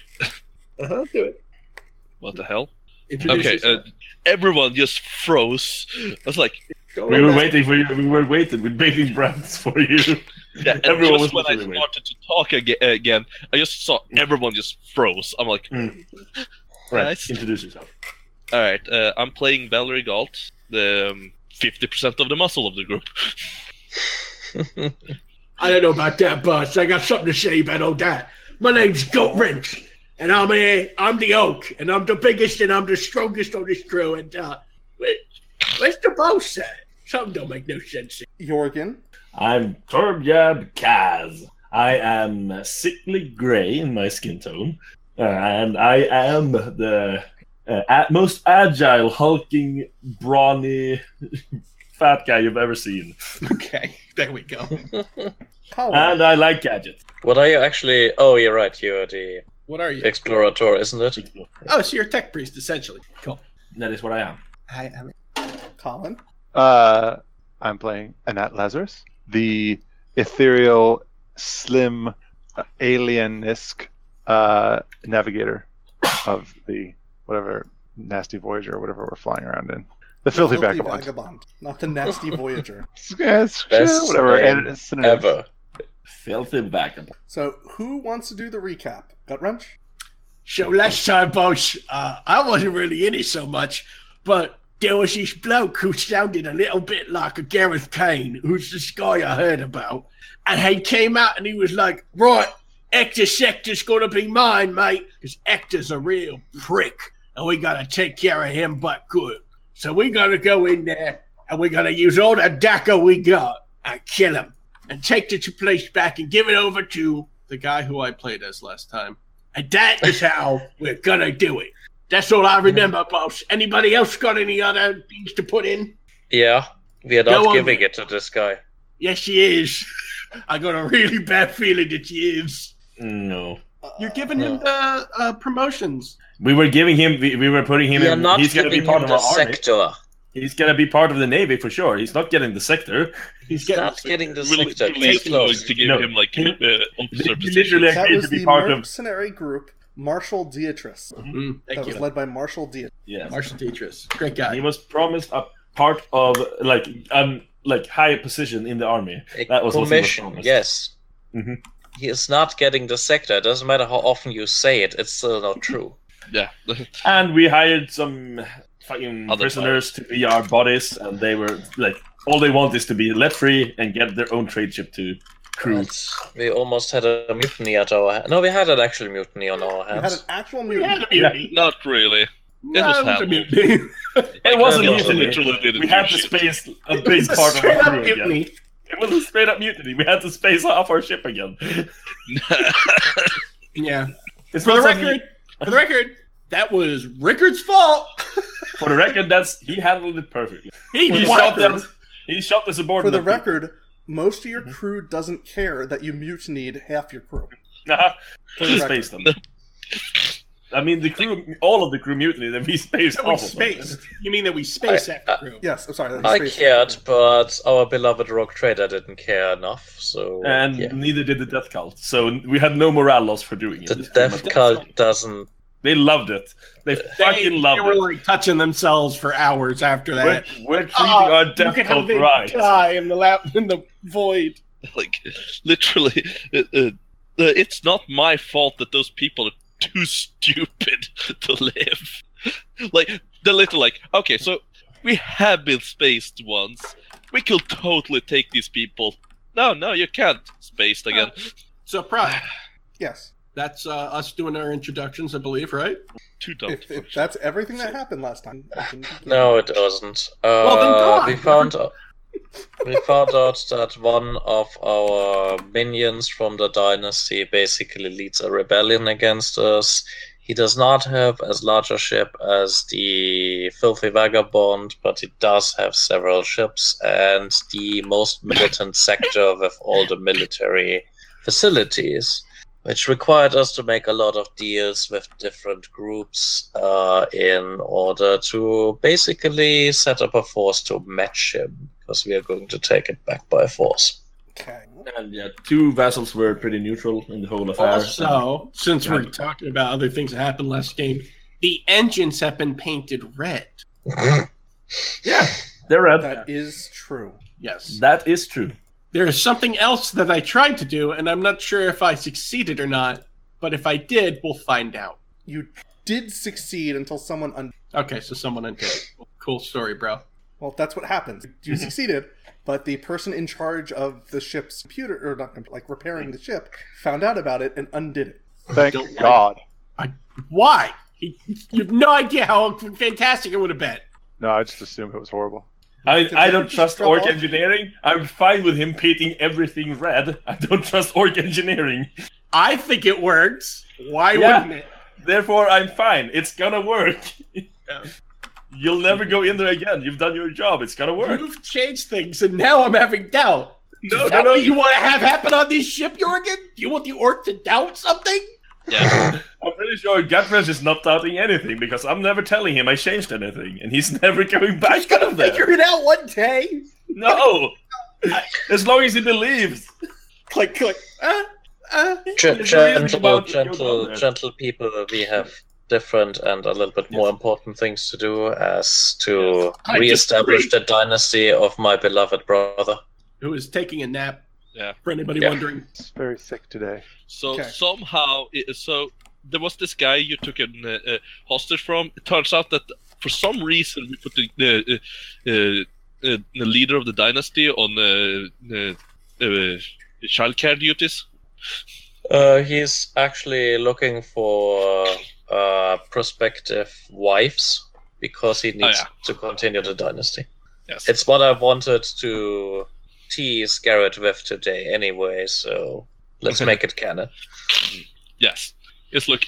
Uh huh, do it. what the hell? Introduce okay, uh, yourself. everyone just froze. I was like, Go We were around. waiting for you, we were waiting with bated breaths for you. yeah, and everyone was just when I literally started to talk aga- again, I just saw Mm. everyone just froze. I'm like, Right, Nice. introduce yourself. all right, uh, I'm playing Valerie Galt, the um, fifty percent of the muscle of the group. I don't know about that, boss. I got something to say about all that. My name's Goat Wrench, and I'm a, I'm the oak, and I'm the biggest, and I'm the strongest on this crew. And uh, where, where's the boss at? Something don't make no sense. here. Jorgen? I'm Torbjörn Kaz. I am sickly grey in my skin tone, uh, and I am the uh, a- most agile, hulking, brawny, fat guy you've ever seen. Okay, there we go. And Colin? I like gadgets. What are you actually? Oh, you're right. You're the What are you? explorator, isn't it? Oh, so you're a tech priest essentially. Cool. That is what I am. I, I Colin? Uh, I'm playing Anat Lazarus, the ethereal, slim, uh, alien-esque uh, navigator of the whatever nasty Voyager or whatever we're flying around in. The filthy Filthy vagabond. Not the nasty Voyager. Yeah, it's- yeah, Best whatever. name and it's synonyms. Ever. Filthy vagabond. So, who wants to do the recap? Gut wrench? So last time, boss, uh, I wasn't really in it so much, but there was this bloke who sounded a little bit like a Gareth Kane, who's this guy I heard about. And he came out and he was like, Right, Ector Sector's going to be mine, mate, because Ector's a real prick, and we got to take care of him but good. So we got to go in there and we got to use all the DACA we got and kill him. and take the place back and give it over to The guy who I played as last time. and that is how we're gonna do it. That's all I remember, boss. Anybody else got any other things to put in? Yeah, we are Go not on giving then. it to this guy. Yes, she is. I got a really bad feeling that she is. Mm, No. You're giving him the uh, promotions. We were giving him. We, we were putting him We are in. not he's gonna giving be part him of the our army. sector. He's gonna be part of the navy for sure. He's not getting the sector. He's, getting not getting the Really, sector. really Take those. close to give No. him like He- uh, officer He position. literally That agreed was to be the part of. mercenary group Marshal Deatrice. Mm-hmm. Mm, thank that was you. led by Marshal Deatrice. Yes. Marshall Tetris. Great guy. He was promised a part of like um like high position in the army. A That was what he was commission, promised. yes. Mhm. He is not getting the sector. It doesn't matter how often you say it, it's still not true. Yeah. And we hired some fucking Other prisoners to be our bodies, and they were like, all they want is to be let free and get their own trade ship to cruise. That's- we almost had a mutiny at our hands. No, we had an actual mutiny on our We had an hands. actual mutiny. Not really. It was handled. It wasn't It mutiny. literally didn't We do had to shit. space a big part of our crew again. It was a straight up mutiny. We had to space off our ship again. Yeah. It's For the not something- record, for the record, that was Rickard's fault. for the record, that's he handled it perfectly. He He shot wiped them. them. He shot the For subordinate. the record, most of your crew doesn't care that you mutinied half your crew. Nah, For the space Uh-huh. them. I mean, the crew, all of the crew mutiny, then we spaced That we off of them. spaced. You mean that we spaced I- after crew? Yes, I'm sorry. that was I space. cared, but our beloved rock trader didn't care enough, so. And yeah. neither did the Death Cult. So we had no morale loss for doing it. The death cult doesn't. They loved it. They, They, fucking loved they were it. like touching themselves for hours after we're, that. we're treating Oh, our Death look at how Cult they right. die in the lap in the void. like literally uh, uh, uh, it's not my fault that those people are too stupid to live like they're little like okay so we have been spaced once we could totally take these people no no you can't spaced again Uh, Surprise. Yes. Uh, That's uh, us doing our introductions, I believe, right? too dumb If, if that's everything that happened last time. it shouldn't be- No, it doesn't. Uh, then die. we found out. We found out that one of our minions from the dynasty basically leads a rebellion against us. He does not have as large a ship as the filthy vagabond, but he does have several ships and the most militant sector with all the military facilities, which required us to make a lot of deals with different groups uh, in order to basically set up a force to match him, because we are going to take it back by force. Okay. And yeah, two vessels were pretty neutral in the whole affair. Also, since we're Yeah. talking about other things that happened last game, the engines have been painted red. yeah, they're red. That is true. Yes. that is true. There is something else that I tried to do, and I'm not sure if I succeeded or not, but if I did, we'll find out. You did succeed until someone. Un- Okay, so someone undid it. Cool story, bro. well, that's what happens. You succeeded, but the person in charge of the ship's computer, or not computer, like repairing the ship, found out about it and undid it. Thank Don't like- God. Why? He, you have no idea how fantastic it would have been. No, I just assumed it was horrible. I, I don't just trust scrub orc off? engineering. I'm fine with him painting everything red. I don't trust orc engineering. I think it works. Why Yeah. wouldn't it? Therefore, I'm fine. It's gonna work. Yeah. You'll never go in there again. You've done your job. It's gonna work. You've changed things, and now I'm having doubt. No, Is no, that no. what you want to have happen on this ship, Jorgen? You want the orc to doubt something? yeah I'm pretty sure Guthridge is not doubting anything because I'm never telling him I changed anything, and he's never going back out of there. Figure it out one day. No, I- as long as he believes. Click, click. Uh, uh. Gen- It's really gentle, about to go down gentle, there. gentle people. We have different and a little bit more important things to do as to I re-establish the dynasty of my beloved brother. Who is taking a nap? Yeah. For anybody Yeah. wondering. It's very sick today. so Okay. somehow it, so there was this guy you took an uh, uh, hostage from it turns out that for some reason we put the the, uh, uh, uh, the leader of the dynasty on uh, uh, uh, childcare duties Uh, he's actually looking for uh, prospective wives because he needs Oh, yeah. to continue the dynasty. Yes. It's what I wanted to tease Garrett with today anyway, so let's make it canon. Yes. It's look.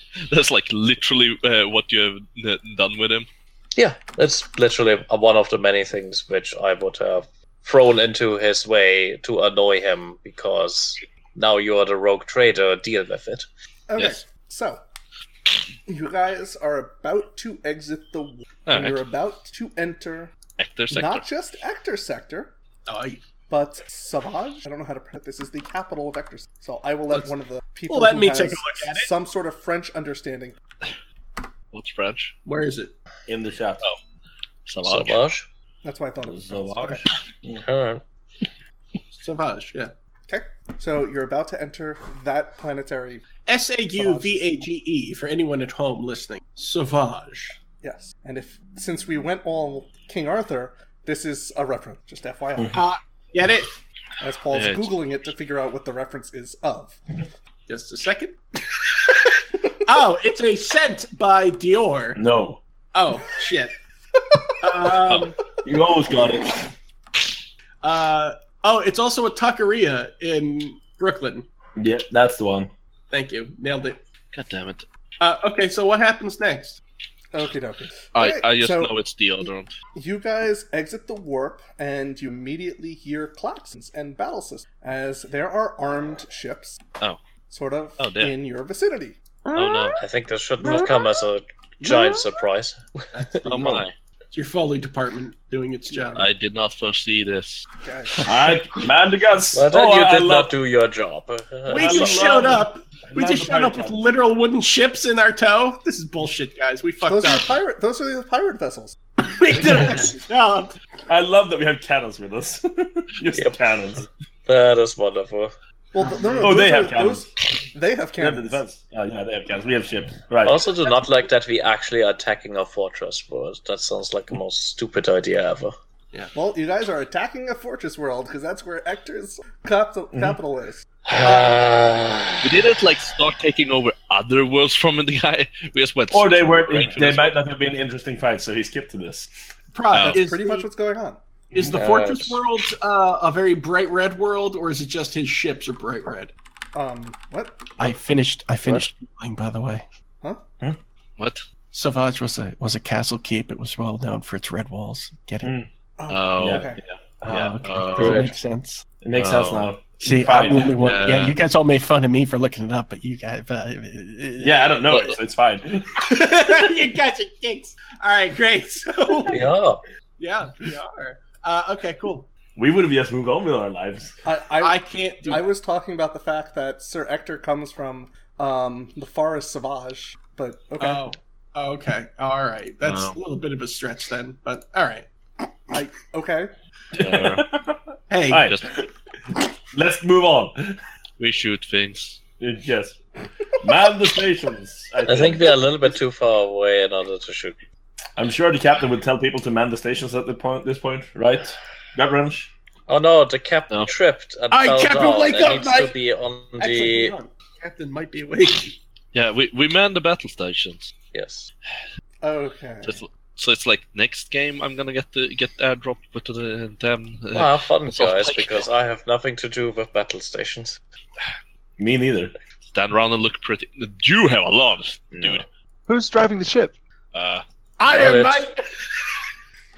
that's like literally uh, what you have n- done with him. Yeah, that's literally one of the many things which I would have thrown into his way to annoy him because now you are the rogue trader, deal with it. Okay, Yes. so you guys are about to exit the war. All and right. You're about to enter Uh, Actor sector. not just Ector Sector, I, but Savage. I don't know how to pronounce this. Is the capital of Ector. Sector. So I will let Let's- one of the people Well, let who me has take a look at it. some sort of French understanding. What's French? where is it? in the shop. Savage. Mm. Savage? That's why I thought it was. Savage. Okay. Alright. Savage, yeah. okay, so you're about to enter that planetary. S A U V A G E for anyone at home listening. Savage. Yes, and if since we went all King Arthur, this is a reference. Just FYI. Get it? as Paul's Yeah, it's- googling it to figure out what the reference is of. Just a second. oh, it's a scent by Dior. No, Oh shit. um, you always got it. uh, oh, it's also a taqueria in Brooklyn. Yeah, that's the one. Thank you, nailed it. God damn it! Uh, okay, so what happens next? Okay, dokie. I, Alright, I just so know it's deodorant. You guys exit the warp, and you immediately hear klaxons and battle systems as there are armed ships. Oh. Sort of Oh, dear. in your vicinity. Oh no! I think this should not come as a giant surprise. Oh my! It's your Foley department doing its job. I did not foresee this. Guys, I man, the guys. Well, then oh, you I did love- not do your job. we I just love- showed up. We love just the showed up pirate with ship. literal wooden ships in our tow. This is bullshit, guys. We fucked those are up. the pirate. Those are the pirate vessels. we did our best job. I love that we have cannons with us. Just Yep. cannons. That is wonderful. Well, th- no, no, Oh, those they are- have cannons. those- they have We have the cannons. defense. Oh, yeah, they have cannons. We have ships. Right. I also do not like that we actually are attacking a fortress, but that sounds like the most stupid idea ever. well, you guys are attacking a fortress world because that's where Ector's capital, capital is. We didn't like start taking over other worlds from the guy. We just went. or they weren't. straight to They this might not have been interesting fights, so he skipped to this. Pride Oh. is Pretty much what's going on. Is the Yeah, fortress it's- world uh, a very bright red world, or is it just his ships are bright red? Um, what? I finished. I finished. Mine, by the way, What? Savage was a was a castle keep. It was well known for its red walls. Get it? Mm. Oh, Yeah. Okay. Yeah. Ah, okay. Oh. Doesn't make sense. It makes Oh. sense now. See, Fine. I'm the only one. Yeah. yeah, you guys all made fun of me for looking it up, but you guys. uh, But, Yeah, I don't know it, so it's fine. you got your kicks. All right, great. So Yeah. yeah, we are. Uh, okay, cool. We would have just moved on with our lives. I, I, I can't do. I was talking about the fact that Sir Ector comes from um, the Forest Sauvage, but okay. Oh, oh, okay. All right. That's No. a little bit of a stretch then, but all right. I, okay. Uh, Hey, All right, just let's move on. we shoot things. Yes. Man the stations. I think. I think we are a little bit too far away in order to shoot. I'm sure the captain would tell people to man the stations at the point, this point, right? That range? Oh no, the captain No. tripped and Aye, fell Captain, down. wake it up, needs mate. to be on the actually, hold on. Captain might be awake. Yeah, we we man the battle stations. yes. Okay. That's- So it's like next game I'm gonna get the get airdropped with the damn. Uh, Well, have Ah, fun, it's all guys, like- because I have nothing to do with battle stations. Me neither. Stand around and look pretty. You have a lot, dude. Who's driving the ship? Uh, I Got am it. Mike.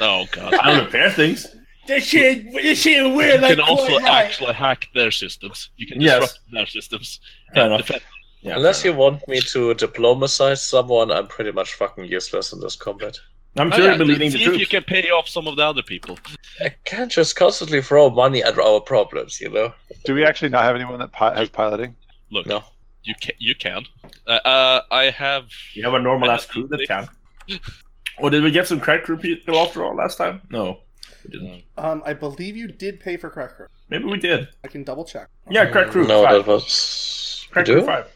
oh god. I don't repair things. This shit, this shit weird. You Like can also quite right. actually hack their systems. You can Yes. disrupt their systems. Fair And enough. defend- Yeah, Unless fair you want me to diplomacize someone, I'm pretty much fucking useless in this combat. enough. I'm Oh, sure yeah, you've been leading the see if you troops. can pay off some of the other people. I can't just constantly throw money at our problems, you know? Do we actually not have anyone that pi- has piloting? Look, No. you can. You can. Uh, uh, I have. You have a normal ass crew that can. Or did we get some crack crew people after all last time? No. We didn't. Um, I believe you did pay for Cracker. Maybe we did. I can double check. Yeah, crack crew. no, five. that was. Crack You crew do? five.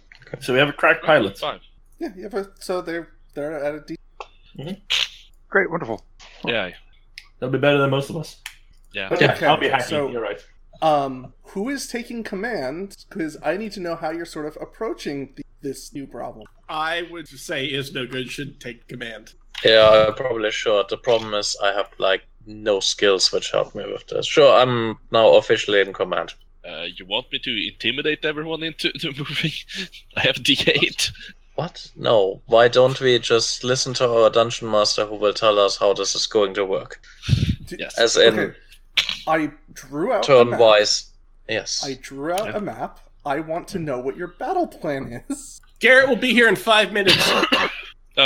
So we have a crack pilot. Fine. Yeah, you have a, so they're they're at a D. Great, wonderful. Yeah. That'll be better than most of us. Yeah. But yeah, Okay, I'll be happy. so- You're right. Um, who is taking command? Because I need to know how you're sort of approaching the, this new problem. I would say is no good. Should take command. Yeah, I probably should. The problem is I have like no skills which help me with this. Sure, I'm now officially in command. Uh, you want me to intimidate everyone into to moving? I have D8. What? No. Why don't we just listen to our dungeon master who will tell us how this is going to work? D- Yes. As in Okay. I drew out a turn map. wise. Yes. I drew out a map. I want to know what your battle plan is. Garrett will be here in five minutes. Oh, Are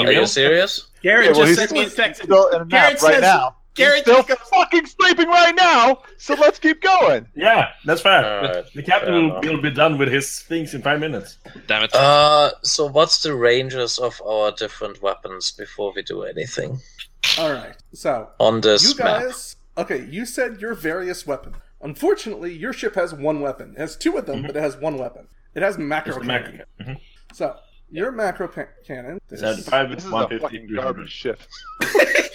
really? you serious? Garrett Yeah, well, just he's sent me a still- text. still in a nap Garrett right says- now. Garrett Still just goes- fucking sleeping right now. So let's keep going. Yeah, that's fair. Alright, the Uh, fair captain will, enough. will be done with his things in five minutes. Damn it. Uh, so what's the ranges of our different weapons before we do anything All right. So on this you map? guys, okay, you said your various weapons. Unfortunately, your ship has one weapon. It has two of them, but it has one weapon. It has macro Mm-hmm. It's the cannon. macro. So your macro pa- cannon. This, Seventy five, This is a 150, fucking 300. garbage ship.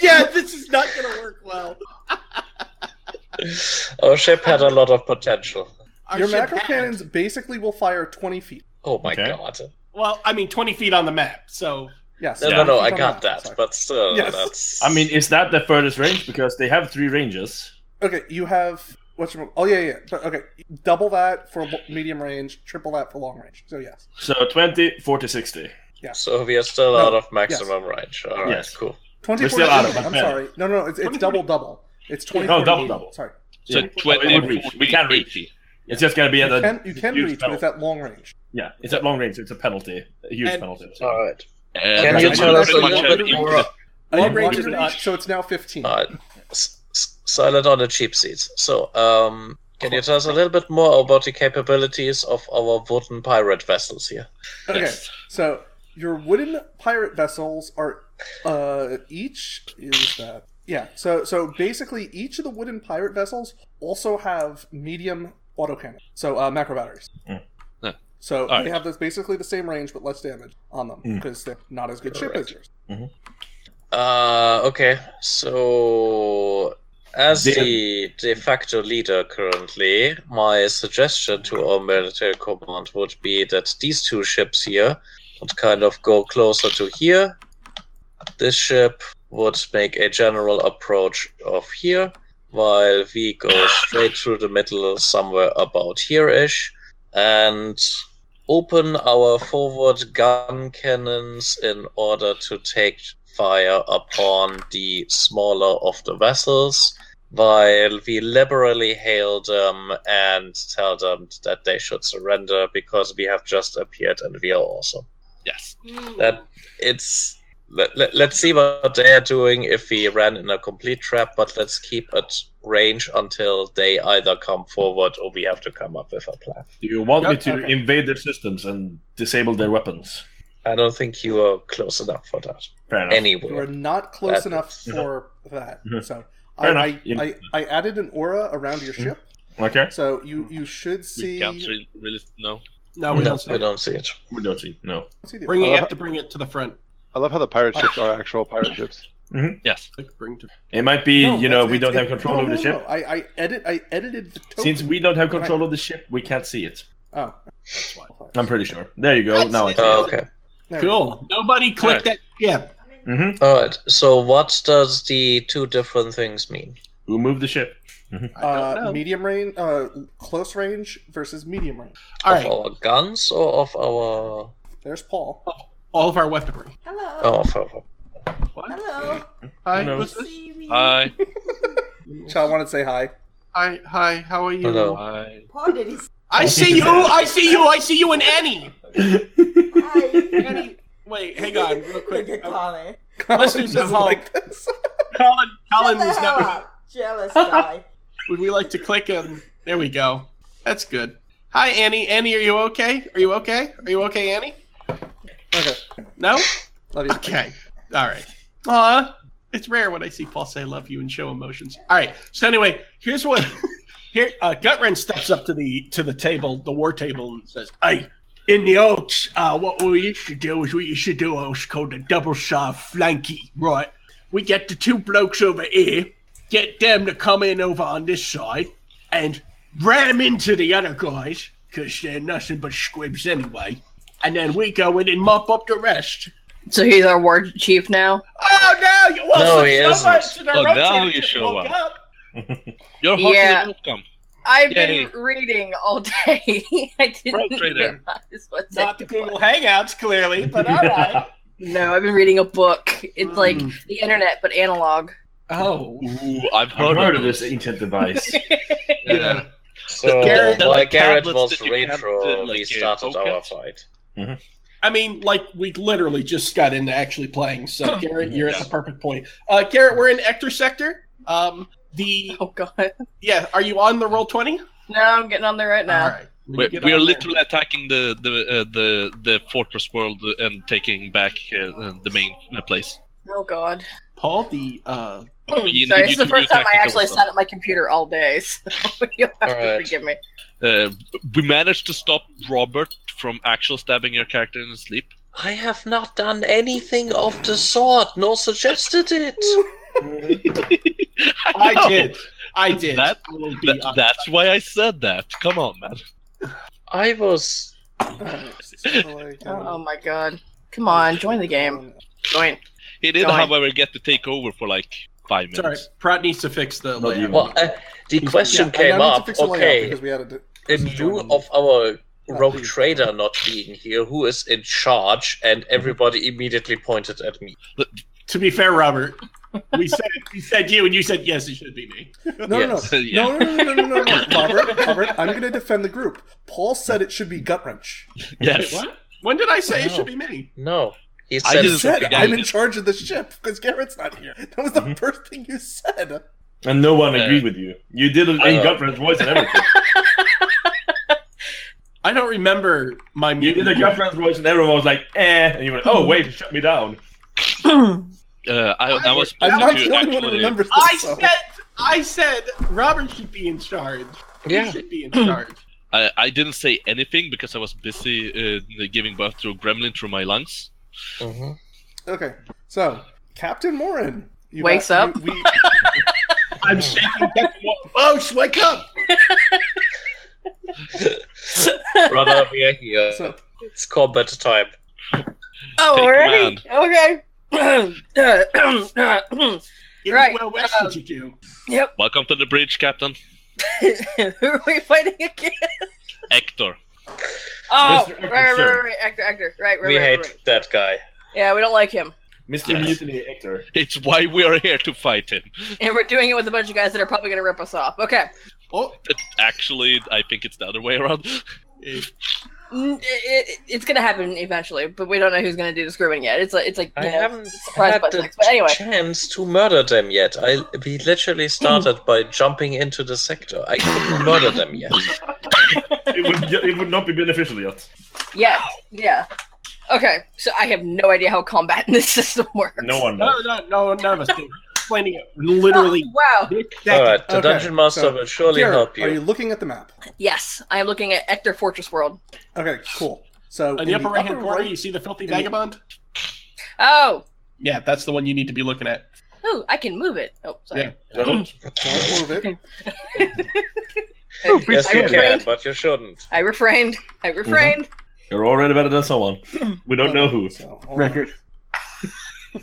yeah, this is not gonna work well. Our ship had a lot of potential. your macro cannons basically will fire twenty feet. Oh my Okay. god. Well, I mean, 20 feet on the map, so. Yes. No, yeah, no, no, 20 I feet on got the map, that, sorry. but still, Yes. that's. I mean, is that the furthest range? Because they have three ranges. Okay, you have what's your, oh yeah yeah but okay double that for lo- medium range, triple that for long range. So yes, So 20, 40, 60. so we are still No, out of maximum range. Alright, Yes. cool. twenty. We're still 40 out of it, I'm man. sorry, no no, no it's, it's 20, double double. It's twenty. Oh, 40, double, 80. double. Sorry, So Yeah. 20, We would reach. 40, We can reach. 80. It's just gonna be you at a can you can huge reach, but it's penalty. at long range. Yeah, it's at long range. so It's a penalty, a huge And- penalty. Alright. Uh, Can you that's tell not us a much little of bit an more- input. Long Long range range is range. not, so it's now fifteen. Alright. Uh, S- s- Silent on the cheap seats. So, um, can you tell us a little bit more about the capabilities of our wooden pirate vessels here? okay, yes. so your wooden pirate vessels are uh each is that yeah. So so basically, each of the wooden pirate vessels also have medium autocannon, so uh, macro batteries. Mm. Yeah. So Alright. they have this basically the same range but less damage on them Mm. because they're not as good ship Correct. as yours. Uh, okay. So, as Then- the de facto leader currently, my suggestion to our military command would be that these two ships here would kind of go closer to here. This ship would make a general approach of here, while we go straight through the middle, somewhere about here ish, and open our forward gun cannons in order to take fire upon the smaller of the vessels, while we liberally hail them and tell them that they should surrender because we have just appeared and we are awesome. Yes. That it's let, let, let's see what they are doing if we ran in a complete trap, but let's keep at range until they either come forward or we have to come up with a plan. Do you want me Yep, to okay. invade their systems and disable their weapons? I don't think you are close enough for that. Fair enough. You are Anyway, not close That- enough Mhm. for that. Mhm. So Fair I, enough. I, I I added an aura around your ship, Okay. so you you should We see. can't re- really. No. No, we no, don't. see we it. don't see it. We don't see. No. see the- Bring it, you have to bring it to the front. I love how the pirate ships are actual pirate ships. Yes. Like, bring to... It might be, No, you know, that's- we it's- don't it- have control no, over the no, ship. no. I, I edit. I edited the token. Since we don't have Right. control of the ship, we can't see it. Oh, I'm pretty sure. There you go. Now I see. Oh, okay. there we go. Cool. Nobody clicked that. Yeah. Mm-hmm. All right. So, what does the two different things mean? Who moved the ship? Uh, medium range, uh, close range versus medium range. All of right. our guns or of our? There's Paul. Oh. All of our weaponry. Hello. Oh, of our. Hello. Hi. Uh, Hi. Shall I want to say hi? Hi, hi, how are you? Hello. Hi. Paul did his. I see you. I see you. I see you and Annie. Hi. Annie. Wait, hang on, real Look quick. at Colin. Let's do Colin some doesn't Hulk. like this. Colin, Colin Shut the was hell not. up. Jealous guy. Would we like to click him? There we go. That's good. Hi, Annie. Annie, are you okay? Are you okay? Are you okay, Annie? Okay. No? Love you. Okay. All right. Aw. It's rare when I see Paul say love you and show emotions. All right. So anyway, here's what here uh Gutren steps up to the to the table, the war table, and says, Hey, in the oaks, uh, what we used to do is we used to do what was called a double side flanky, right? We get the two blokes over here, get them to come in over on this side, and ram into the other guys, because they're nothing but squibs anyway. And then we go in and mop up the rest. So he's our war chief now. Ah, no, you- well, No, so- he so isn't. much in a Oh, row now since you it show woke up. Your heart Yeah. will come. I've Yay. been reading all day. I didn't Frustrated. realize what's Not the Google Hangouts, clearly, but all right. No, I've been reading a book. Mm. It's like Mm. the internet, but analog. Oh. Ooh, I've heard, heard heard of of this ancient device. Yeah. So, Garrett- while Like Garrett was tablets that you have retro, to, like, we started poke our at. fight. I mean, like we literally just got into actually playing. So Garrett, you're at the perfect point. Uh, Garrett, we're in Ector Sector. Um, the oh god, yeah. Are you on the roll twenty? No, I'm getting on there right now. We're, Get we're on there. literally attacking the the uh, the the fortress world and taking back uh, the main uh, place. Oh god. Paul, the uh, Oh, you- Sorry, you this is the do first time I tactical actually stuff. sat at my computer all day, so you'll have to Alright. forgive me. Uh, we managed to stop Robert from actual stabbing your character in his sleep. I have not done anything of the sort, nor suggested it. I did. I did. That, I will be that- that's why I said that. Come on, man. I was. um, Oh my god. Come on, join the game. Join. He did, Go ahead. however, get to take over for like five minutes. sorry. Pratt needs to fix the. layout. Well, uh, the question yeah, I now came need to up. fix the layout Okay, because we had a d- in lieu of our rogue trader not being here, who is in charge? And Mm-hmm. everybody immediately pointed at me. To be fair, Robert, we said we said you, and you said yes, it should be me. No, no, no. no, no, no, no, no, no, no, Robert, Robert, I'm going to defend the group. Paul said it should be gut wrench. Yes. What? When did I say it No. should be me? No, he I said. just said I'm in charge of the ship because Garrett's not here. That was Mm-hmm. the first thing you said. and no one agreed with you. You did an in Gutfred's voice and everything. I don't remember my You did a Gutfred's voice and everyone was like, eh. And you went, oh, wait, shut me down. Oh, Uh, I, I was I'm supposed not to the only one who actually- remembers this, I so. said. I said Robert should be in charge. Yeah. He should be in charge. I, I didn't say anything because I was busy uh, giving birth to a gremlin through my lungs. mm-hmm. Okay, so Captain Morin you Wakes asked- up. we- we- I'm shaking. Boats, wake up! Brother, we are here. It's combat time. Oh, Take already? command. Okay. right. um, Yep. Welcome to the bridge, Captain. Who are we fighting again? Hector. Oh, Mr. right, right, Sir. right, right, actor, actor, right, right, We right, hate right. that guy. Yeah, we don't like him, Mr. Mutiny Hector. It's why we are here to fight him. and we're doing it with a bunch of guys that are probably gonna rip us off. Okay. Actually, I think it's the other way around. Mm, It, it, it's gonna happen eventually, but we don't know who's gonna do the screwing yet. It's like it's like I you know, haven't surprise had butt the sex. But anyway, chance to murder them yet. I we literally started by jumping into the sector. I couldn't murder them yet. It would, it would not be beneficial yet. yeah, yeah. Okay, so I have no idea how combat in this system works. No one No, no, no, none of us do. Explaining it literally. wow. All right, the dungeon master so, will surely Garrett, help you. Are you looking at the map? Yes, I am looking at Ector Fortress World. Okay, cool. So In in the upper right hand upper corner, right- you see the filthy in the- vagabond. Oh, Yeah, that's the one you need to be looking at. ooh, I can move it. Oh, sorry. Yeah. yes, I you can, refrained. but you shouldn't. I refrained. I Mm-hmm. refrained. You're already better than someone. We don't know who. Record.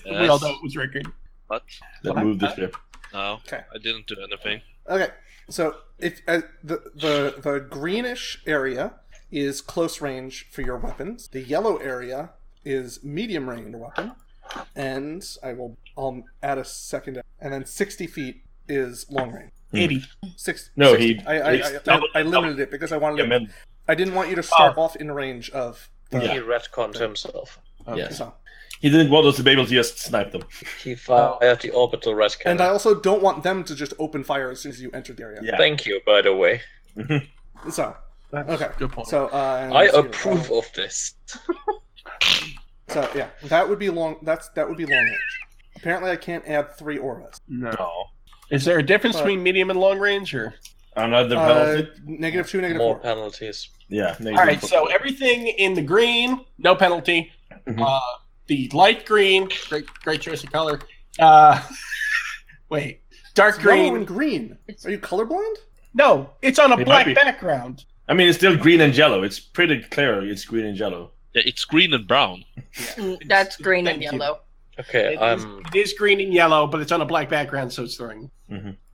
We all know it was Rickard. What? That moved the ship. No, I didn't do anything. Okay, so if uh, the the the greenish area is close range for your weapons, the yellow area is medium range for weapon, and I will I'll add a second, and then sixty feet is long range. Hmm. Eighty. Six. No, 60. he- I I, it's I, I, double- I limited it because I wanted. Yeah, man. I didn't want you to start off in range of. The, He retconned himself. Okay, Yes. so- He didn't want us to be able to just snipe them. He fired the orbital red And cannon. I also don't want them to just open fire as soon as you enter the area. Thank you, by the way. So, okay. Good point. So, uh, I let's see. approve of this. So yeah, that would be long. That's that would be long range. Apparently, I can't add three auras. No. Is there a difference But- between medium and long range, or? Another Uh, penalty? negative two, negative More four. penalties. Yeah. All right, so everything in the green, no penalty. Uh, the light green, great, great choice of color. Uh, wait, dark It's green. Yellow and green. Are you colorblind? No, it's on a It might black be. background. I mean, it's still green and yellow. It's pretty clear it's green and yellow. Yeah, it's green and brown. That's green and yellow. It Okay, is- I'm. it is green and yellow, but it's on a black background, so it's throwing.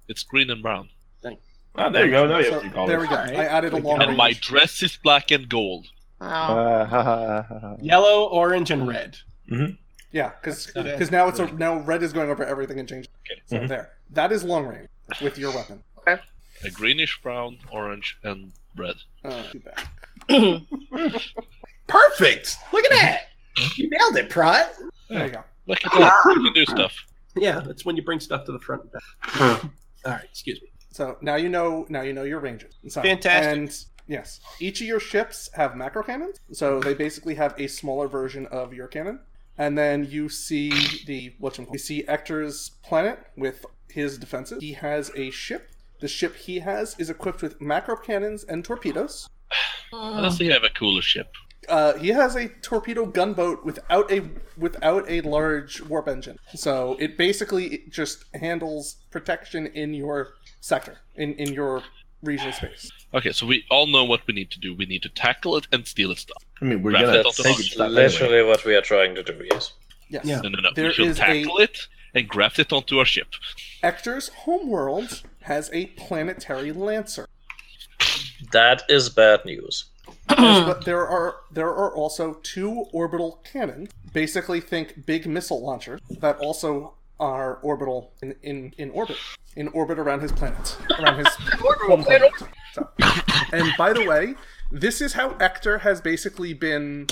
It's green and brown. Thank Ah, there you go. Now you So, have two colors. there we go. I added a long And my range. dress is black and gold. Oh. Yellow, orange, and red. Yeah, because Okay. now it's a, now red is going over everything and changing. So Mm-hmm. Mhm. there, that is long range with your weapon. A greenish brown, orange, and red. Uh, too bad. Perfect. Look at that. You nailed it, Prot. There you go. Look at that. You can do stuff. Yeah, that's when you bring stuff to the front. and back. All right, excuse me. So now you know now you know your ranges. So- Fantastic. And yes, each of your ships have macro cannons, so they basically have a smaller version of your cannon. And then you see the what you see Ector's planet with his defenses. He has a ship. The ship he has is equipped with macro cannons and torpedoes. Unless you have a cooler ship. Uh, he has a torpedo gunboat without a without a large warp engine, so it basically just handles protection in your sector, in in your region of space. Okay, so we all know what we need to do. We need to tackle it and steal its stuff. I mean, we're Grab gonna it off the take box. it back Literally what we are trying to do, yes. Yes. No, no, no. There we should is a- tackle it and graft it onto our ship. Ector's homeworld has a planetary lancer, That is bad news. There's- but there are there are also two orbital cannons. Basically, think big missile launchers that also are orbital in in, in orbit, in orbit around his planet, around his home planet. So, and by the way, this is how Ector has basically been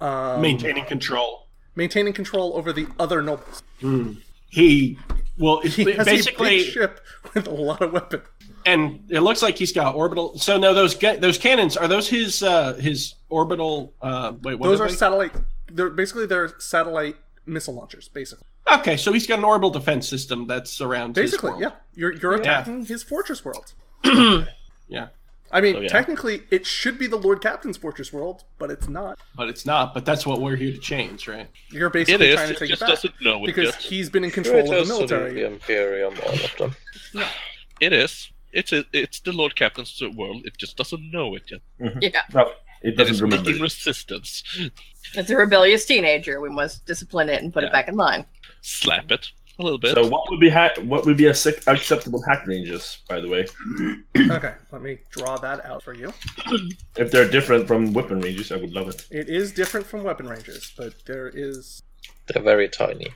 um, Maintaining control. maintaining control over the other nobles. He well, it's He has a basically, big ship with a lot of weapons. and it looks like he's got orbital. So no, those ga- those cannons are those his uh his orbital. uh Wait, what Those are they? satellite. They're basically they're satellite missile launchers, basically. okay. So he's got an orbital defense system that's around. Basically, yeah. You're you're Yeah. attacking his fortress world. yeah, I mean, Oh, yeah. technically, it should be the Lord Captain's fortress world, but it's not. but it's not. But that's what we're here to change, right? You're basically It is, trying it to take just it back doesn't know it because yet. he's been in control of Traitors the to military. The Imperium, all of them. It is. It's a, it's the Lord Captain's world. It just doesn't know it yet. Yeah. No, it It doesn't is remember. making resistance. It's a rebellious teenager. We must discipline it and put it back in line. Slap it a little bit. So what would be hack? What would be a sick, acceptable hack ranges? By the way, Okay, let me draw that out for you. if they're different from weapon ranges, I would love it. It is different from weapon ranges, but there is They're very tiny.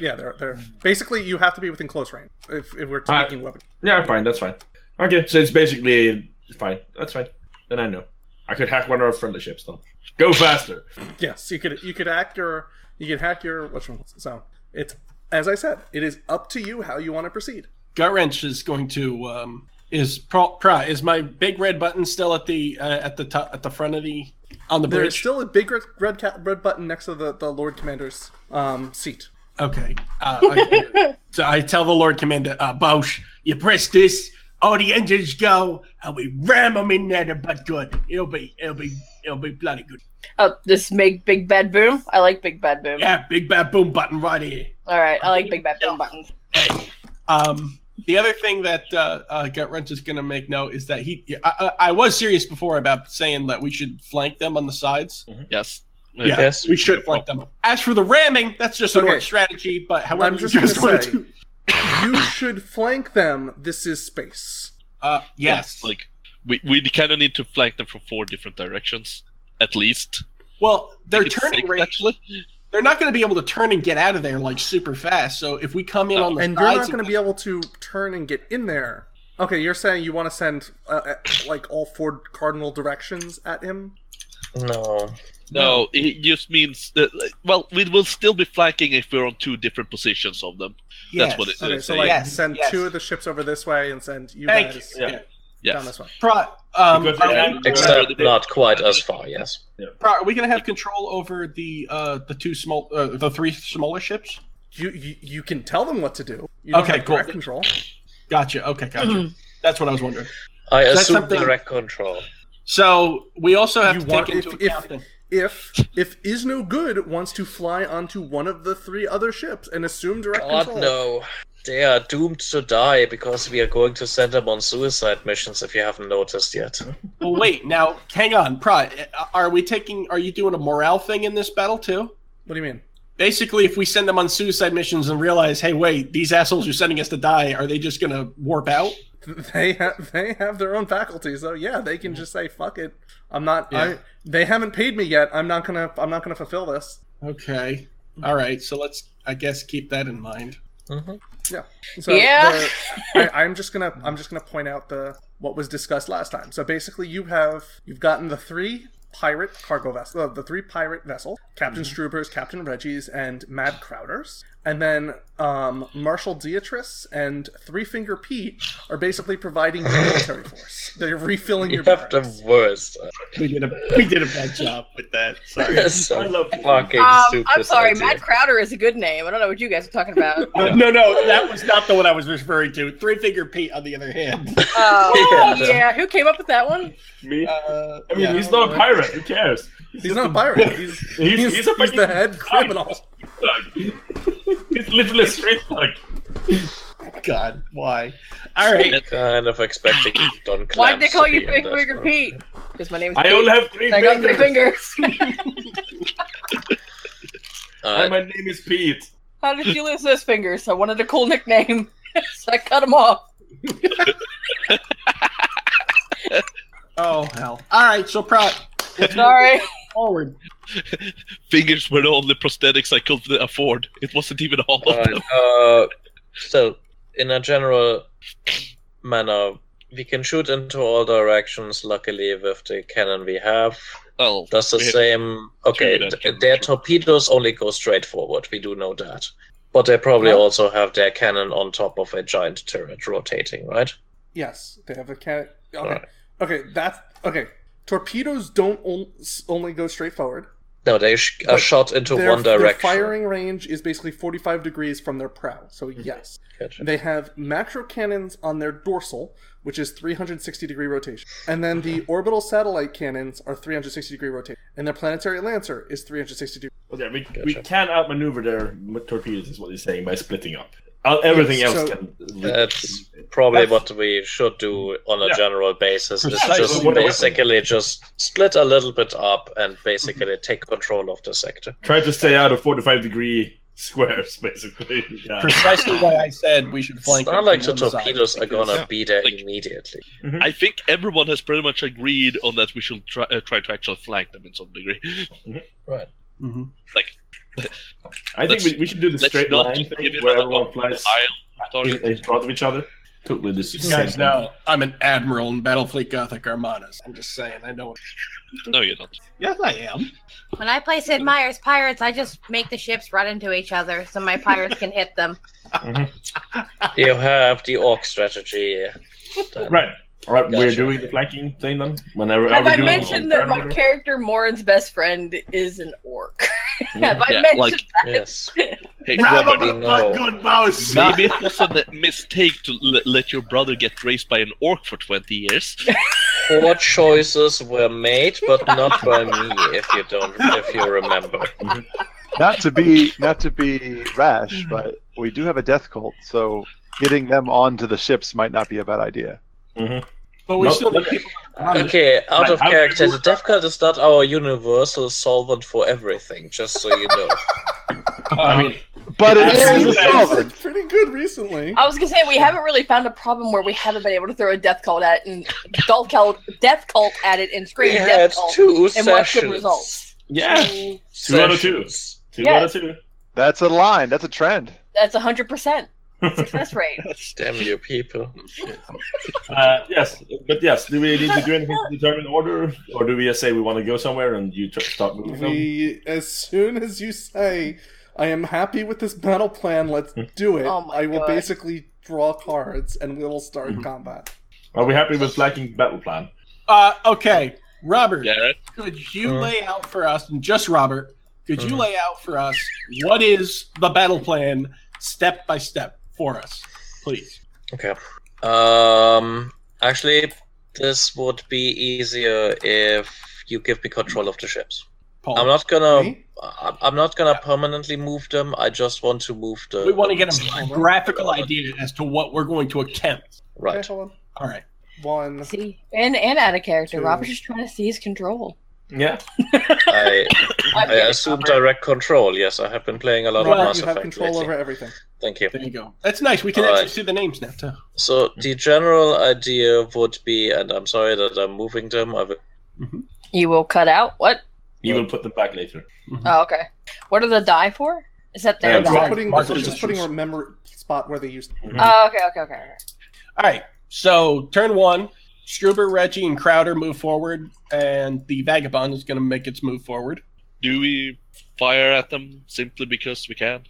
yeah, there there. Basically, you have to be within close range if, if we're Alright. taking weapon. Yeah, fine. That's fine. Okay, so it's basically fine. That's fine. Then I know. I could hack one of our friendly ships. Though. Go faster. Yes, you could you could hack your you could hack your what's so it's as I said, it is up to you how you want to proceed. Gut wrench is going to um, is pro, pro is my big red button still at the uh, at the top at the front of the on the There's bridge? still a big red red, ca- red button next to the, the Lord Commander's um, seat. okay. Uh, I, so I tell the Lord Commander uh, Bosch, you press this, all the engines go, and we ram them in there. But good, it'll be it'll be it'll be bloody good. Oh, this make big bad boom. I like big bad boom. Yeah, big bad boom button right here. All right, I like big bad boom buttons. Um, the other thing that uh, uh, Gut Wrench is going to make note is that he, I, I, I was serious before about saying that we should flank them on the sides. Yes. Yeah, Mm-hmm. Yes. we should flank them. As for the ramming, that's just an Okay. orc strategy. But however, I'm you just guys gonna wanna say, do- you should flank them. This is space. uh, yes. Like we, we kind of need to flank them from four different directions, at least. well, they're It's turning six, range. actually. They're not going to be able to turn and get out of there like super fast. So if we come in on the And you're sides, not going to be able to turn and get in there. Okay, you're saying you want to send uh, uh, like all four cardinal directions at him. No. No, it just means that. Well, we will still be flanking if we're on two different positions of them. That's what it is. Okay, so like Yes, send yes. two of the ships over this way and send you Thank guys you. Yeah. Yes. down this way. Pro, um, Because are they- we- Except not quite as far, yes. Pro, are we going to have control over the uh, the two small, uh, the three smaller ships? You, you you can tell them what to do. You don't Okay, have cool. direct control. Gotcha. Okay, gotcha. Mm-hmm. That's what I was wondering. I That's assume something- direct control. So we also have You to want- take into if- if- account. that- If if is no good wants to fly onto one of the three other ships and assume direct God, control. no. They are doomed to die because we are going to send them on suicide missions if you haven't noticed yet. well, wait. Now, hang on, Prod. Are we taking? Are you doing a morale thing in this battle too? What do you mean? Basically, if we send them on suicide missions and realize, hey, wait, these assholes are sending us to die, are they just gonna warp out? They have they have their own faculties, so yeah, they can just say fuck it. I'm not. I, Yeah. they haven't paid me yet. I'm not gonna. I'm not gonna fulfill this. Okay. All right. So let's, I guess, keep that in mind. Yeah. So Yeah. the- I, I'm just gonna I'm just gonna point out the what was discussed last time. So basically, you have you've gotten the three pirate cargo vessels, uh, the three pirate vessels, Captain Mm-hmm. Struber's, Captain Reggie's, and Mad Crowder's, and then um, Marshal Deatrice and Three Finger Pete are basically providing your military force. They're refilling You your. have the worst. We did a we did a bad job with that. Sorry. So uh, I love fucking Um, stupid I'm sorry, idea. Matt Crowder is a good name. I don't know what you guys are talking about. Uh, no, no, that was not the one I was referring to. Three Finger Pete, on the other hand. Oh, Yeah. yeah. Who came up with that one? Me? Uh, I mean, yeah. he's not a pirate. Who cares? He's not a pirate. He's, He's, he's, a he's fucking the head criminal. thug. he's literally a straight thug. God, why? All right. kind of expecting Don Why did they Clamps call to you be in Big that Finger one. Pete? Because my name's I Pete. only have three and I got three fingers. fingers. And Uh, my name is Pete. How did you lose those fingers? I wanted a cool nickname, so I cut them off. Oh hell. All right. So prop Sorry. forward. Fingers were the only prosthetics I could afford. It wasn't even all of them. uh, so, in a general manner, we can shoot into all directions. Luckily, with the cannon we have, Well, does the we- same. Okay, that th- cannon, their sure. torpedoes only go straight forward. We do know that, but they probably Well- also have their cannon on top of a giant turret rotating, right? Yes, they have a cat. Okay, Alright. okay, that's okay. Torpedoes don't on, s- only go straight forward. No, they sh- are But shot into their, one their direction. firing range is basically 45 degrees from their prow. So Mm-hmm. yes, Gotcha. they have macro cannons on their dorsal, which is 360 degree rotation, and then the Mm-hmm. orbital satellite cannons are 360 degree rotation, and their planetary lancer is 360 degree. Okay, we, we Gotcha. can outmaneuver their m- torpedoes, is what he's saying, by splitting up. Uh, everything Yes, else so- can. That's probably That's- what we should do on a Yeah. general basis. Is Precisely just what I- basically just split a little bit up and basically Mm-hmm. take control of the sector. Try to stay out of 45 degree squares, basically. Yeah. Precisely why I said we should It's flank. not them like the from one side, torpedoes are because- gonna be there Like- immediately. I think everyone has pretty much agreed on that we should try, uh, try to actually flank them in some degree. Right. Mhm. I think Let's- we, we should do the Let's straight not line give thing it where another everyone flies aisle in, target. in front of each other. Totally, this is Guys, no, I'm an admiral in Battlefleet Gothic Armadas. I'm just saying, I know. No, you're not. Yes, I am. When I play Sid Meier's Pirates, I just make the ships run into each other so my pirates can hit them. You have the orc strategy. Right. All right, we're Gotcha. doing the flanking thing then. Whenever Have are we I doing it mentioned on that my turnover? character Morin's best friend is an orc? Have I Yeah, mentioned like- Yes. Hey, Bravo, Robert, no. my good mouse. maybe it was a mistake to l- let your brother get raised by an orc for 20 years. Poor choices were made, but not by me. If you don't, if you remember. Not to be not to be rash, but we do have a death cult, so getting them onto the ships might not be a bad idea. But we Nope. still need people. Okay, out Right, of how character, do the death card is not our universal solvent for everything. Just so you know. I mean, But it Absolutely. is a solvent. It's pretty good recently. I was gonna say we haven't really found a problem where we haven't been able to throw a death cult at it and death cult, death cult at it and We scream had death cult two and watch sessions. good results. yeah, Two Two out of two. sessions. two Yeah. out of two. That's a line. That's a trend. That's hundred percent success rate. Damn you, people. Uh, yes, but yes, do we need to do anything to determine order, or do we just say we want to go somewhere and you tr- start moving them? We as soon as you say, "I am happy with this battle plan. Let's Hmm. do it." Oh my I will God. basically draw cards and we will start Mm-hmm. combat. Are we happy with flanking battle plan? Uh, okay, Robert, Garrett? could you Uh. lay out for us, and just Robert, could you lay out for us what is the battle plan step by step for us, please? Okay. Um. Actually, this would be easier if you give me control of the ships. Paul, I'm not gonna. Me? I- I'm not gonna permanently move them. I just want to move the. we want to get a graphical idea as to what we're going to attempt. Right. Okay, hold All right. on. One. See, and and out of character, Two. Robert's just trying to seize control. Yeah. I, I assume direct control. Yes, I have been playing a lot Right, of Mass you have Effect control lately. over everything. Thank you. There you go. That's nice. We can All actually right. see the names now too. So the general idea would be, and I'm sorry that I'm moving them. I will You will cut out? What? You will put them back later. Oh, okay. What are the die for? Is that Yeah, their it's die? like- Putting, Mark so just positions. putting a memory spot where they used. Oh, okay, okay, okay. okay. All right. So turn one, Struber, Reggie, and Crowder move forward, and the Vagabond is going to make its move forward. Do we fire at them simply because we can?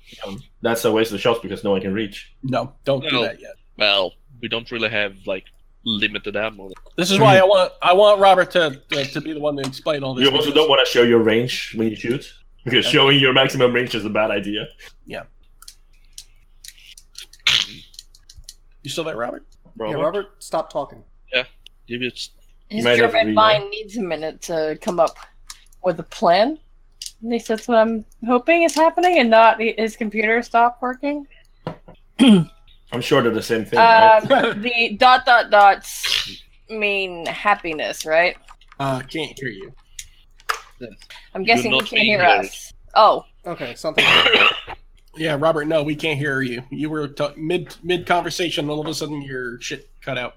That's a waste of shots because no one can reach. No, don't do Well, that yet. Well, we don't really have like limited ammo. This is why I want I want Robert to to, to be the one to explain all this. You also don't want to show your range when you shoot because showing your maximum range is a bad idea. Yeah. You still there, Robert? Yeah, Robert, stop talking. Yeah. Give it. His German mind needs a minute to come up with a plan. At least that's what I'm hoping is happening, and not his computer stopped working. I'm sure they're the same thing, right? Um, the dot dot dots mean happiness, right? Uh, can't hear you. I'm guessing you can't hear us. Oh, Okay, something. Yeah, Robert. No, we can't hear you. You were ta mid mid conversation. All of a sudden, your shit cut out.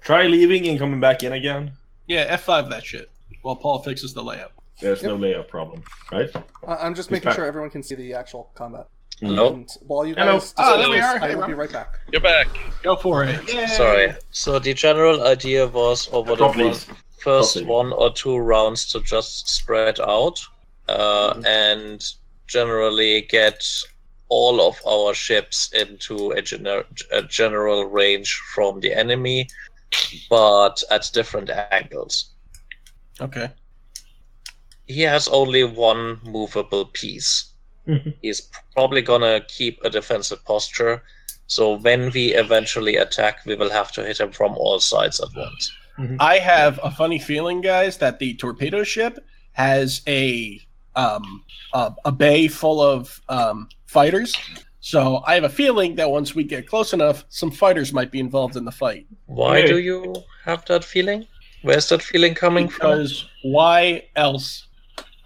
Try leaving and coming back in again. Yeah, F five that shit. While Paul fixes the layout. There's no Yep. layout problem, right? I- I'm just He's making back. sure everyone can see the actual combat. Hello? And while you Hello. guys, Ah, there we discuss, are. I Hey, will be Rob. right back. You're back. Go for it. Sorry. So the general idea was over the Drop these. fir- first Drop these. one or two rounds to just spread out uh, and generally get all of our ships into a, gener- a general range from the enemy, but at different angles. Okay. He has only one movable piece. Mm-hmm. He's probably gonna keep a defensive posture, so when we eventually attack, we will have to hit him from all sides at once. I have a funny feeling, guys, that the torpedo ship has a um, a, a bay full of um, fighters. So I have a feeling that once we get close enough, some fighters might be involved in the fight. Why Hey. do you have that feeling? Where's that feeling coming from? Because why else?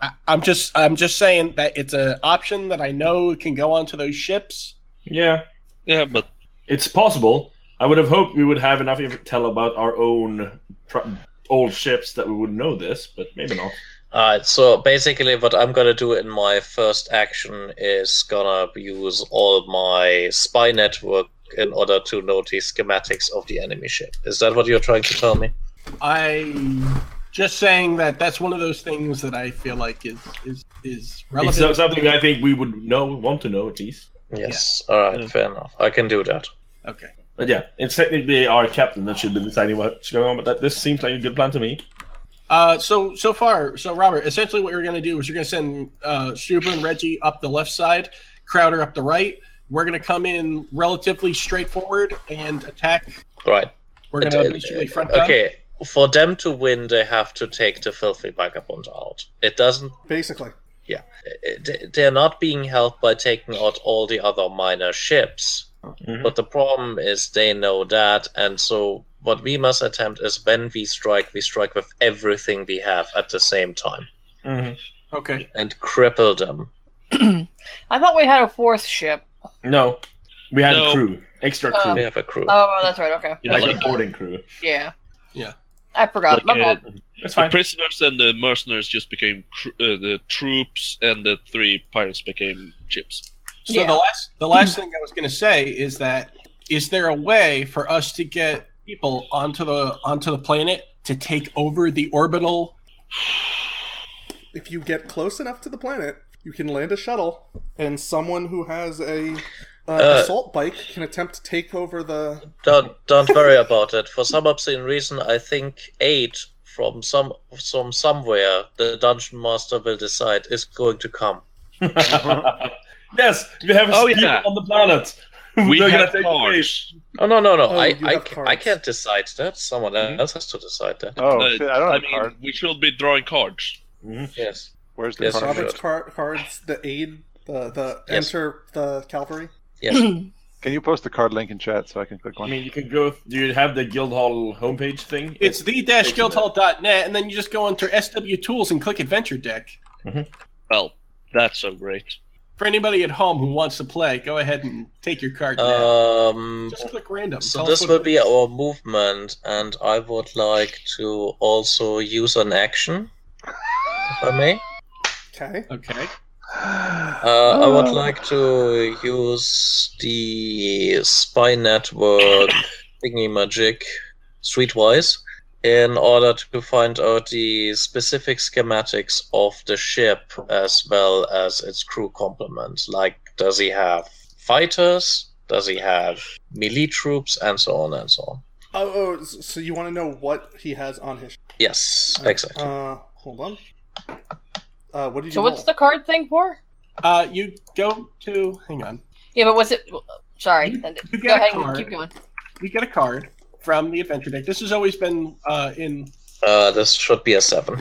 I, I'm just I'm just saying that it's an option that I know can go onto those ships. Yeah. Yeah, but it's possible. I would have hoped we would have enough intel about our own pro- old ships that we would know this, but maybe not. Alright, so basically, what I'm gonna do in my first action is gonna use all my spy network in order to know the schematics of the enemy ship. Is that what you're trying to tell me? I just saying that that's one of those things that I feel like is is is It's relative. so- something I think we would know, want to know at least. Yes. Alright, fair enough. I can do that. okay. But yeah, it's technically our captain that should be deciding what's going on. But that, this seems like a good plan to me. Uh, so so far, so Robert, essentially what you're going to do is you're going to send uh, Struber and Reggie up the left side, Crowder up the right. We're going to come in relatively straightforward and attack. Right. We're It- going to it- basically front gun. uh, Okay, for them to win, they have to take the filthy vagabond out. It doesn't. Basically, Yeah, It- they're not being helped by taking out all the other minor ships. Hmm. Mm-hmm. But the problem is they know that, and so what we must attempt is when we strike, we strike with everything we have at the same time Mm-hmm. Okay. and cripple them. I thought we had a fourth ship. No, we had No. Um, a crew, extra Oh. crew, We have a crew. Oh, that's right. Okay. Yeah, like, like- a boarding crew. Yeah. Yeah. I forgot. My Like, bad. uh, That's the fine. prisoners and the mercenaries just became cr- uh, the troops, and the three pirates became ships. So Yeah. the last the last thing I was going to say is that is there a way for us to get people onto the onto the planet to take over the orbital? if you get close enough to the planet, you can land a shuttle, and someone who has a uh, Uh, assault bike can attempt to take over the. Don't don't worry about it. For some obscene reason, I think eight from some from somewhere the dungeon master will decide is going to come. Uh-huh. yes, we have a Oh, speeder yeah. on the planet. We We're gonna have take the cars. Oh no no no! Oh, I you I, have ca- I cards. can't decide that. Someone else has to decide that. Oh, Uh, shit, I don't have mean, cards. we should be drawing cards. Yes. Where's the yes, card? sure. Robert's car- cards, the aid, the the Yes. enter the cavalry. Yes. Can you post the card link in chat so I can click I one? mean, you can go. Do you have the Guildhall homepage thing? It's the dash guildhall.net, and then you just go under SW Tools and click Adventure Deck. Well, that's so great. For anybody at home who wants to play, go ahead and take your card. now. Um, just click random. So Tell us this what will it be is. our movement, and I would like to also use an action, if I may. Okay. Oh, Okay. Uh, I would like to use the spy network thingy magic, streetwise, in order to find out the specific schematics of the ship as well as its crew complement. Like, does he have fighters? Does he have melee troops? And so on and so on. Oh, oh, s- so you want to know what he has on his? Yes, exactly. Uh, hold on. Uh, what did you? So what's the card thing for? Uh, you go to. Hang on. Yeah, but what's it? Sorry. go get a ahead and card. keep going. You get a card from the Adventure Deck. This has always been uh, in Uh, this should be a seven.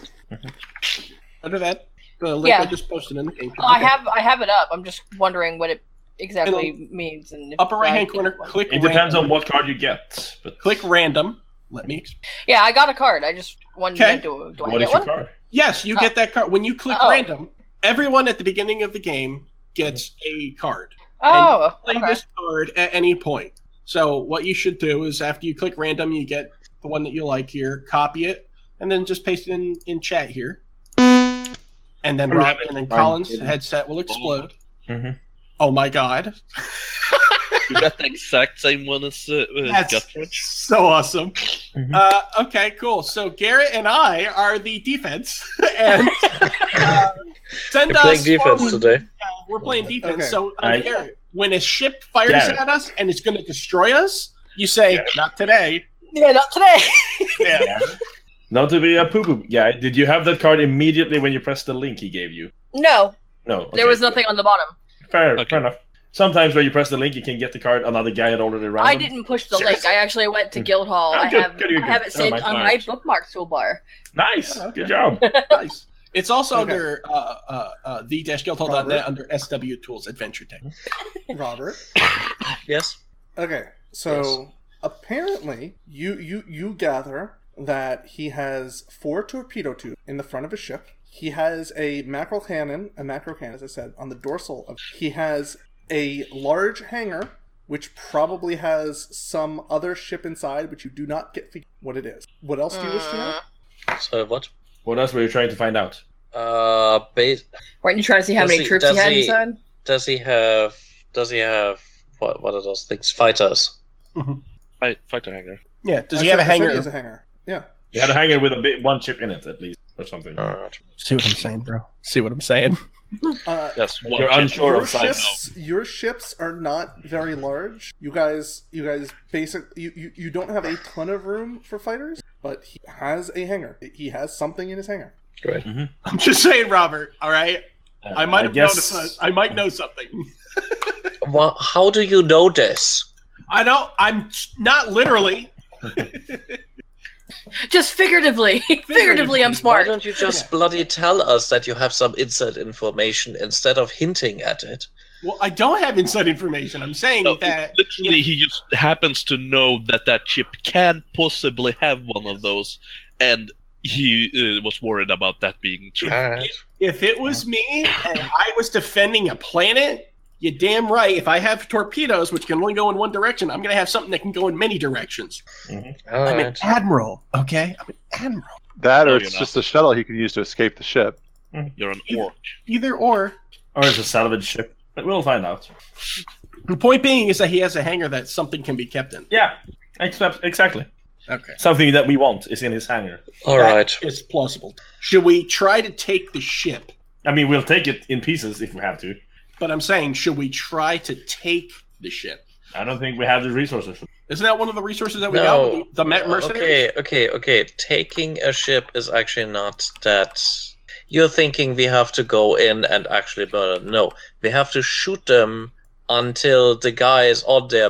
under that the link I Yeah. just posted in the game. Oh, I Okay. have I have it up. I'm just wondering what it exactly means. And if upper right hand I- corner. Click. It depends random. on what card you get. But Click random. Let me. explain. Yeah, I got a card. I just wondered. Okay. Do, do I what get is your one? card? Yes, you get that card when you click Oh. random. Everyone at the beginning of the game gets Mm-hmm. a card. Oh, play this card at any point. So what you should do is after you click random, you get the one that you like here, copy it, and then just paste it in, in chat here. And then Rob and then Colin's headset will explode. Mhm. Oh my god. You got the exact same one as uh, uh, That's Guthridge. so awesome. Uh, okay, cool. So Garrett and I are the defense. and uh, send You're us playing defense forward- today. Yeah, we're playing defense. Okay. So uh, I- Garrett, when a ship fires Garrett. at us and it's going to destroy us, you say, "Not today." Yeah, not today. Yeah. Not to be a poo poo guy. Did you have that card immediately when you pressed the link he gave you? No, No. there okay. was nothing on the bottom. Fair, fair enough. Sometimes when you press the link, you can get the card another guy had already random. I didn't push the link. I actually went to Guildhall. Oh, I good, have good, good, I have good. it saved Never on mind. my bookmark toolbar. Nice. Oh, okay. Good job. nice. It's also Okay. under uh, uh, uh, the dash guildhall.net Robert. under SW Tools Adventure Tech. Robert. Yes. Okay, so apparently you you you gather that he has four torpedo tubes in the front of his ship. He has a mackerel cannon, a macro cannon, as I said, on the dorsal. Of, he has a large hangar, which probably has some other ship inside, which you do not get fig- what it is. What else do you wish to Uh, know? Mm. So what? What else were you trying to find out? Uh, ba- Weren't you trying to see how Does many he- troops he does had he- inside? does he have? Does he have? What? What are those things? Fighters. Fight, fighter hanger. Yeah. Does I he have a said- I said hanger? He has a hangar. Yeah. You had a hanger with a bit, one chip in it, at least, or something. All right. See what I'm saying, bro. See what I'm saying. Uh, Yes. one You're chip. unsure your of size. ships, your ships are not very large. You guys, you guys, basic. You, you, you don't have a ton of room for fighters, but he has a hangar. He has something in his hangar. Great. I'm just saying, Robert. All right. Uh, I might have guess- noticed. I might know something. Well, how do you know this? I don't. I'm not literally. Just figuratively. figuratively, I'm Why smart. don't you just bloody tell us that you have some inside information instead of hinting at it? Well, I don't have inside information. I'm saying No, that. literally, he just happens to know that that chip can possibly have one of those, and he uh, was worried about that being true. Alright. If it was me and I was defending a planet, you damn right. If I have torpedoes, which can only go in one direction, I'm going to have something that can go in many directions. I'm an Alright. admiral, okay? I'm an admiral. That, or No, you're it's not. Mm. just a shuttle he can use to escape the ship. You're an orc. Either or. Or it's a salvage ship. But we'll find out. The point being is that he has a hangar that something can be kept in. Yeah, except, exactly. Okay. Something that we want is in his hangar. Alright. It's plausible. Should we try to take the ship? I mean, we'll take it in pieces if we have to. But I'm saying, should we try to take the ship? I don't think we have the resources. for- Isn't that one of the resources that we No. got? The Met mercenaries? Okay, okay, okay. Taking a ship is actually not that. You're thinking we have to go in and actually burn them. No, we have to shoot them until the guys on there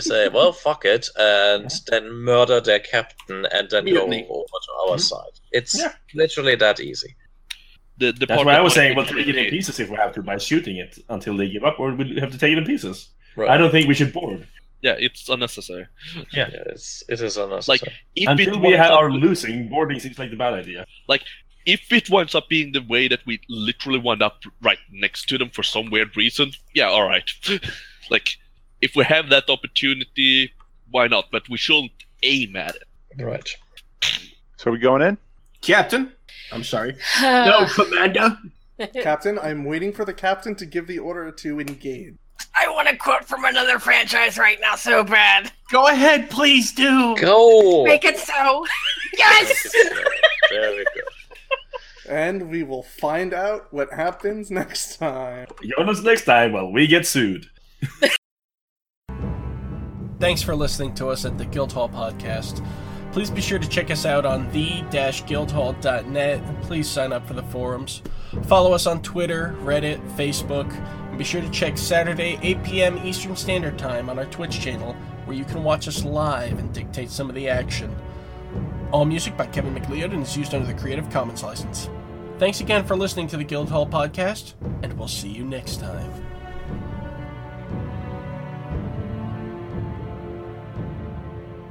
say, well, fuck it, and then murder their captain and then Mutiny. go over to our Mm-hmm. side. It's Yeah. literally that easy. The, the That's part why I that was saying might we'll be take it in tricky- pieces if we have to by shooting it until they give up, or we have to take it in pieces. Right. I don't think we should board. Yeah, it's unnecessary. Yeah. it's, it is unnecessary. Like if Until we it winds ha- up- are losing, boarding seems like the bad idea. like if it winds up being the way that we literally wind up right next to them for some weird reason, yeah, all right. like if we have that opportunity, why not? But we shouldn't aim at it. Right. So are we going in? Captain? I'm sorry. no, Commander. Captain, I'm waiting for the captain to give the order to engage. I want to quote from another franchise right now so bad. Go ahead, please do. Go. Make it so. yes. There we go. And we will find out what happens next time. Jonas next time, well, we get sued. Thanks for listening to us at the Guildhall Podcast. Please be sure to check us out on the-guildhall.net and please sign up for the forums. Follow us on Twitter, Reddit, Facebook, and be sure to check Saturday, 8 p.m. Eastern Standard Time on our Twitch channel where you can watch us live and dictate some of the action. All music by Kevin McLeod and is used under the Creative Commons license. Thanks again for listening to the Guildhall Podcast, and we'll see you next time.